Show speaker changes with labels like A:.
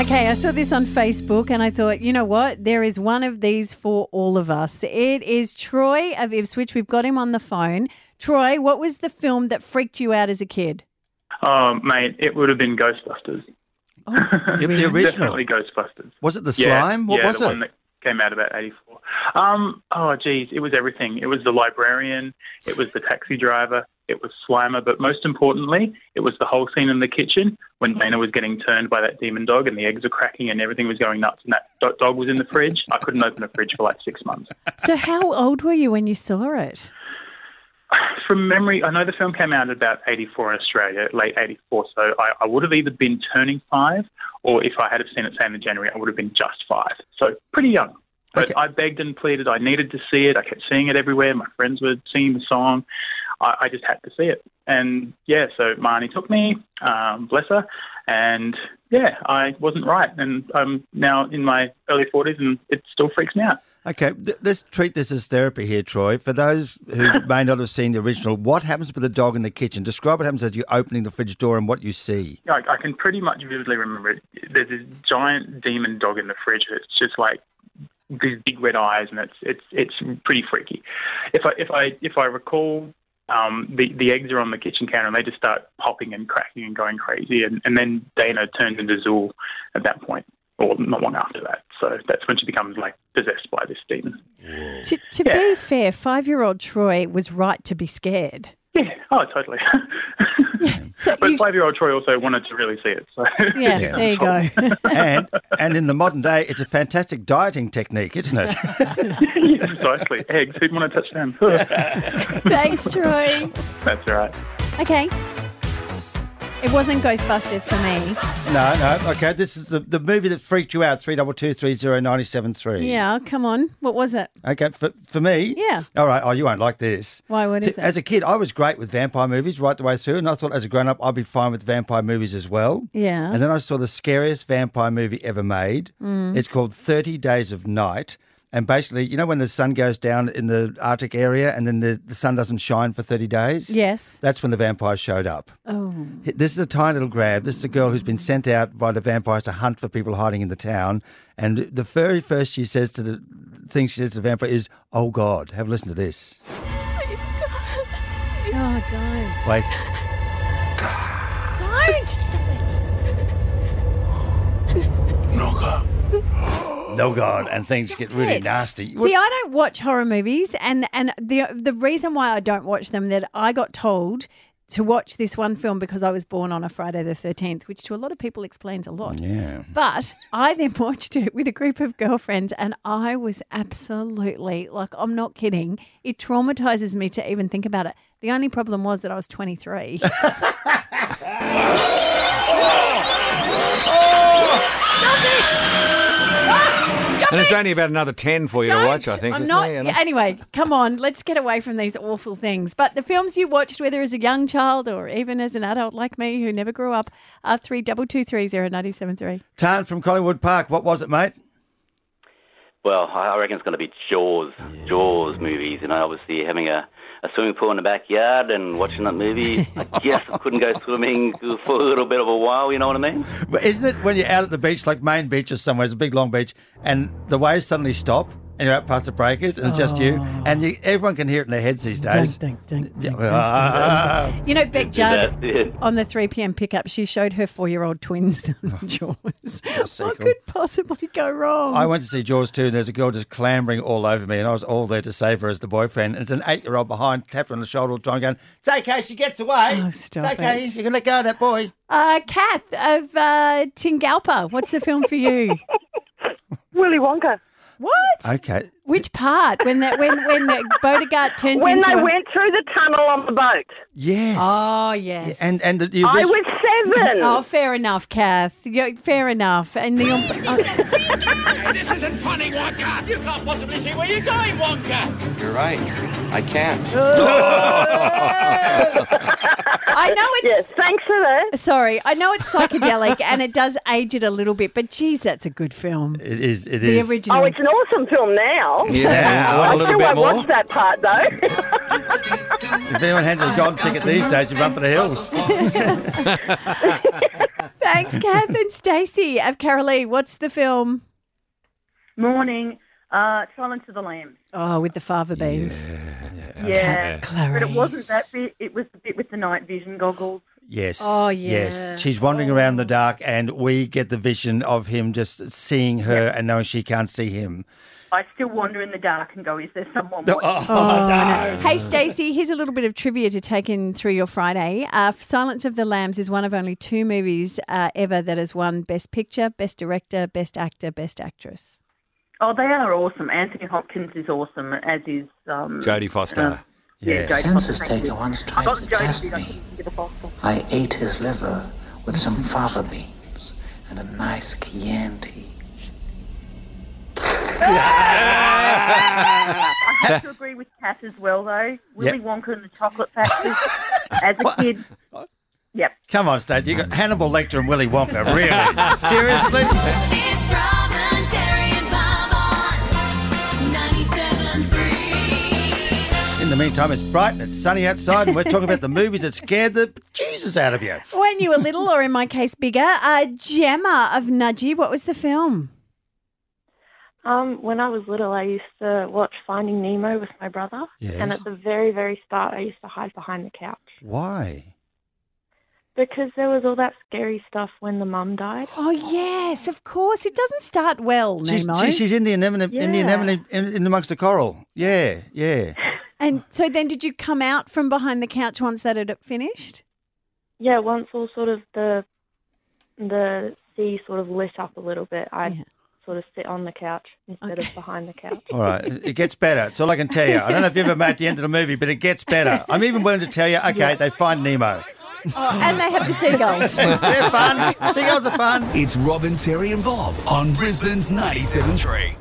A: Okay, I saw this on Facebook and I thought, you know what? There is one of these for all of us. It is Troy of Ipswich. We've got him on the phone. Troy, what was the film that freaked you out as a kid?
B: Oh, mate, it would have been Ghostbusters.
C: Yep, the original.
B: Definitely Ghostbusters.
C: Was it the
B: Yeah,
C: slime? What
B: yeah,
C: was
B: the
C: it?
B: one that came out about 84. Um, oh, geez, it was everything. It was the librarian, it was the taxi driver, it was Slimer, but most importantly, it was the whole scene in the kitchen when Dana was getting turned by that demon dog and the eggs were cracking and everything was going nuts and that do- dog was in the fridge. I couldn't open a fridge for like six months.
A: So, how old were you when you saw it?
B: From memory, I know the film came out in about 84 in Australia, late 84, so I, I would have either been turning five or if I had have seen it, say, in January, I would have been just five. So pretty young. But
C: Okay.
B: I begged and pleaded. I needed to see it. I kept seeing it everywhere. My friends were singing the song. I, I just had to see it. And yeah, so Marnie took me, um, bless her. And yeah, I wasn't right. And I'm now in my early 40s and it still freaks me out.
C: Okay, th- let's treat this as therapy here, Troy. For those who may not have seen the original, what happens with the dog in the kitchen? Describe what happens as you're opening the fridge door and what you see.
B: I, I can pretty much vividly remember it. There's this giant demon dog in the fridge. It's just like these big red eyes, and it's it's it's pretty freaky. If I if I if I recall, um, the the eggs are on the kitchen counter, and they just start popping and cracking and going crazy, and, and then Dana turns into Zool at that point, or not long after that. So that's when she becomes like possessed by this demon.
A: To, to be
B: Yeah.
A: fair, five year old Troy was right to be scared.
B: Yeah. Oh, totally.
A: So
B: but
A: you-
B: five year old Troy also wanted to really see it. So
A: yeah, there you go.
C: And and in the modern day, it's a fantastic dieting technique, isn't it?
B: precisely. Eggs. Who'd want to touch them? that's
A: Thanks, Troy.
B: all right.
A: Okay. It wasn't Ghostbusters for me.
C: no, no. Okay, this is the, the movie that freaked you out. Three double two three zero ninety seven three.
A: Yeah, come on. What was it?
C: Okay, for, for me?
A: Yeah.
C: All right. Oh, you won't like this.
A: Why, what
C: See,
A: is it?
C: As a kid, I was great with vampire movies right the way through, and I thought as a grown up, I'd be fine with vampire movies as well.
A: Yeah.
C: And then I saw the scariest vampire movie ever made.
A: Mm.
C: It's called 30 Days of Night. And basically, you know when the sun goes down in the Arctic area and then the, the sun doesn't shine for 30 days?
A: Yes.
C: That's when the vampires showed up.
A: Oh.
C: This is a tiny little grab. This is a girl who's been sent out by the vampires to hunt for people hiding in the town. And the very first she says to the thing she says to the vampire is, Oh God, have a listen to this.
A: Oh, don't.
C: Wait.
A: Don't! Stop it.
C: No God. And things get really nasty.
A: See, I don't watch horror movies, and and the the reason why I don't watch them that I got told to watch this one film because I was born on a Friday the thirteenth, which to a lot of people explains a lot.
C: yeah.
A: But I then watched it with a group of girlfriends, and I was absolutely like, I'm not kidding. It traumatizes me to even think about it. The only problem was that I was 23.
D: And it's only about another 10 for you to watch, I
A: Don't.
D: think.
A: I'm
D: isn't
A: not.
D: there? You know?
A: yeah, Anyway, come on. Let's get away from these awful things. But the films you watched, whether as a young child or even as an adult like me who never grew up, are three double two three zero ninety seven three.
C: Tan from Collingwood Park. What was it, mate?
E: Well, I I reckon it's going to be Jaws, Jaws movies. You know, obviously having a, a swimming pool in the backyard and watching that movie. I guess I couldn't go swimming for a little bit of a while. You know what I mean?
C: But isn't it when you're out at the beach, like Main Beach or somewhere, it's a big long beach, and the waves suddenly stop and you're out past the breakers and it's just you,
A: Oh.
C: and you, everyone can hear it in their heads these days. Yeah.
D: uh,
C: Ah.
A: You know, Beck Judd.
E: That's it.
A: On the 3 p.m. pickup, she showed her four year old twins
D: Oh,
A: Jaws. What could possibly go wrong?
C: I went to see Jaws too, and there's a girl just clambering all over me, and I was all there to save her as the boyfriend. And it's an eight year old behind, tapped her on the shoulder all the time, going, It's okay, she gets away.
A: Oh, stop
C: it's okay,
A: it.
C: you can let go of that boy.
A: uh, Kath of uh, Tingalpa, what's the film for you?
F: Willy Wonka.
A: what?
C: Okay.
A: Which part? When that when when Bodegart turns
F: When
A: into
F: they
A: a-
F: went through the tunnel on the boat,
C: Yes.
A: Oh yes.
C: And and the, the
F: I
C: original-
F: was seven.
A: Oh, fair enough, Kath. Yeah, fair enough. And the oh,
G: This isn't funny, Wonka! You can't possibly see where you're going, Wonka!
H: You're right. I can't.
A: I know it's
F: Yes, thanks for that.
A: sorry. I know it's psychedelic and it does age it a little bit, but geez, that's a good film.
C: It is. It
A: The
C: is.
A: original.
F: Oh, it's an awesome film now.
D: Yeah, I want
F: I
D: a little
F: still
D: bit
F: won't
D: more.
F: watch that part though.
C: If anyone handles a gold ticket these days, you run for the hills.
A: Thanks, Kath and Stacey of Carolee. What's the film?
I: Morning, uh, Silence of the Lambs.
A: Oh, with the fava beans.
I: Yeah, but it
A: Clarice.
I: wasn't that bit. It was the bit with the night vision goggles.
C: Yes.
A: Oh, yeah. Oh.
C: Yes. She's wandering around the dark, and we get the vision of him just seeing her and knowing she can't see him.
I: I still wander in the dark and go, "Is there someone?"
C: No,
D: uh,
I: watching?"
C: oh, no.
A: Uh, Hey, Stacey, here's a little bit of trivia to take in through your Friday. Uh, Silence of the Lambs is one of only two movies uh, ever that has won Best Picture, Best Director, Best Actor, Best Actress.
I: Oh, they are awesome. Anthony Hopkins is awesome, as is um,
D: Jodie Foster.
I: Uh, yeah, Jodie
J: Census
I: Foster, thank
J: taker
I: you.
J: once
I: I
J: tried
I: got
J: to
I: Jodie,
J: test
I: but I
J: me.
I: couldn't get a Foster.
J: I ate his liver with some fava beans and a nice Chianti.
I: I have to agree with Kat as well, though. Willy
C: Yeah.
I: Wonka and the Chocolate Factory. as a kid, yep.
C: Come on, State. You got Hannibal Lecter and Willy Wonka. Really? Seriously?
K: It's Robin, Terry, and Bob on 97.3.
C: In the meantime, it's bright and it's sunny outside, and we're talking about the movies that scared the Jesus out of you.
A: When you were little, or in my case, bigger, uh, Gemma of Nudgy, what was the film?
L: Um, when I was little, I used to watch Finding Nemo with my brother,
C: Yes.
L: and at the very, very start, I used to hide behind the couch
C: Why?
L: because there was all that scary stuff when the mum died.
A: Oh, yes, of course. It doesn't start well,
C: She's,
A: Nemo.
C: she- she's in the anemone, in the
L: Yeah.
C: anemone, in, in amongst the coral. Yeah, yeah.
A: and so then did you come out from behind the couch once that had finished?
L: Yeah, once all sort of the the sea sort of lit up a little bit, I would sort of sit on the couch instead of behind the couch.
C: All right, it it gets better. That's all I can tell you. I don't know if you ever made the end of the movie, but it gets better. I'm even willing to tell you. Okay, they find Nemo.
A: Oh, and they have the seagulls.
C: They're fun. Seagulls are fun.
M: It's Robin, Terry, and Bob on Brisbane's 97.3.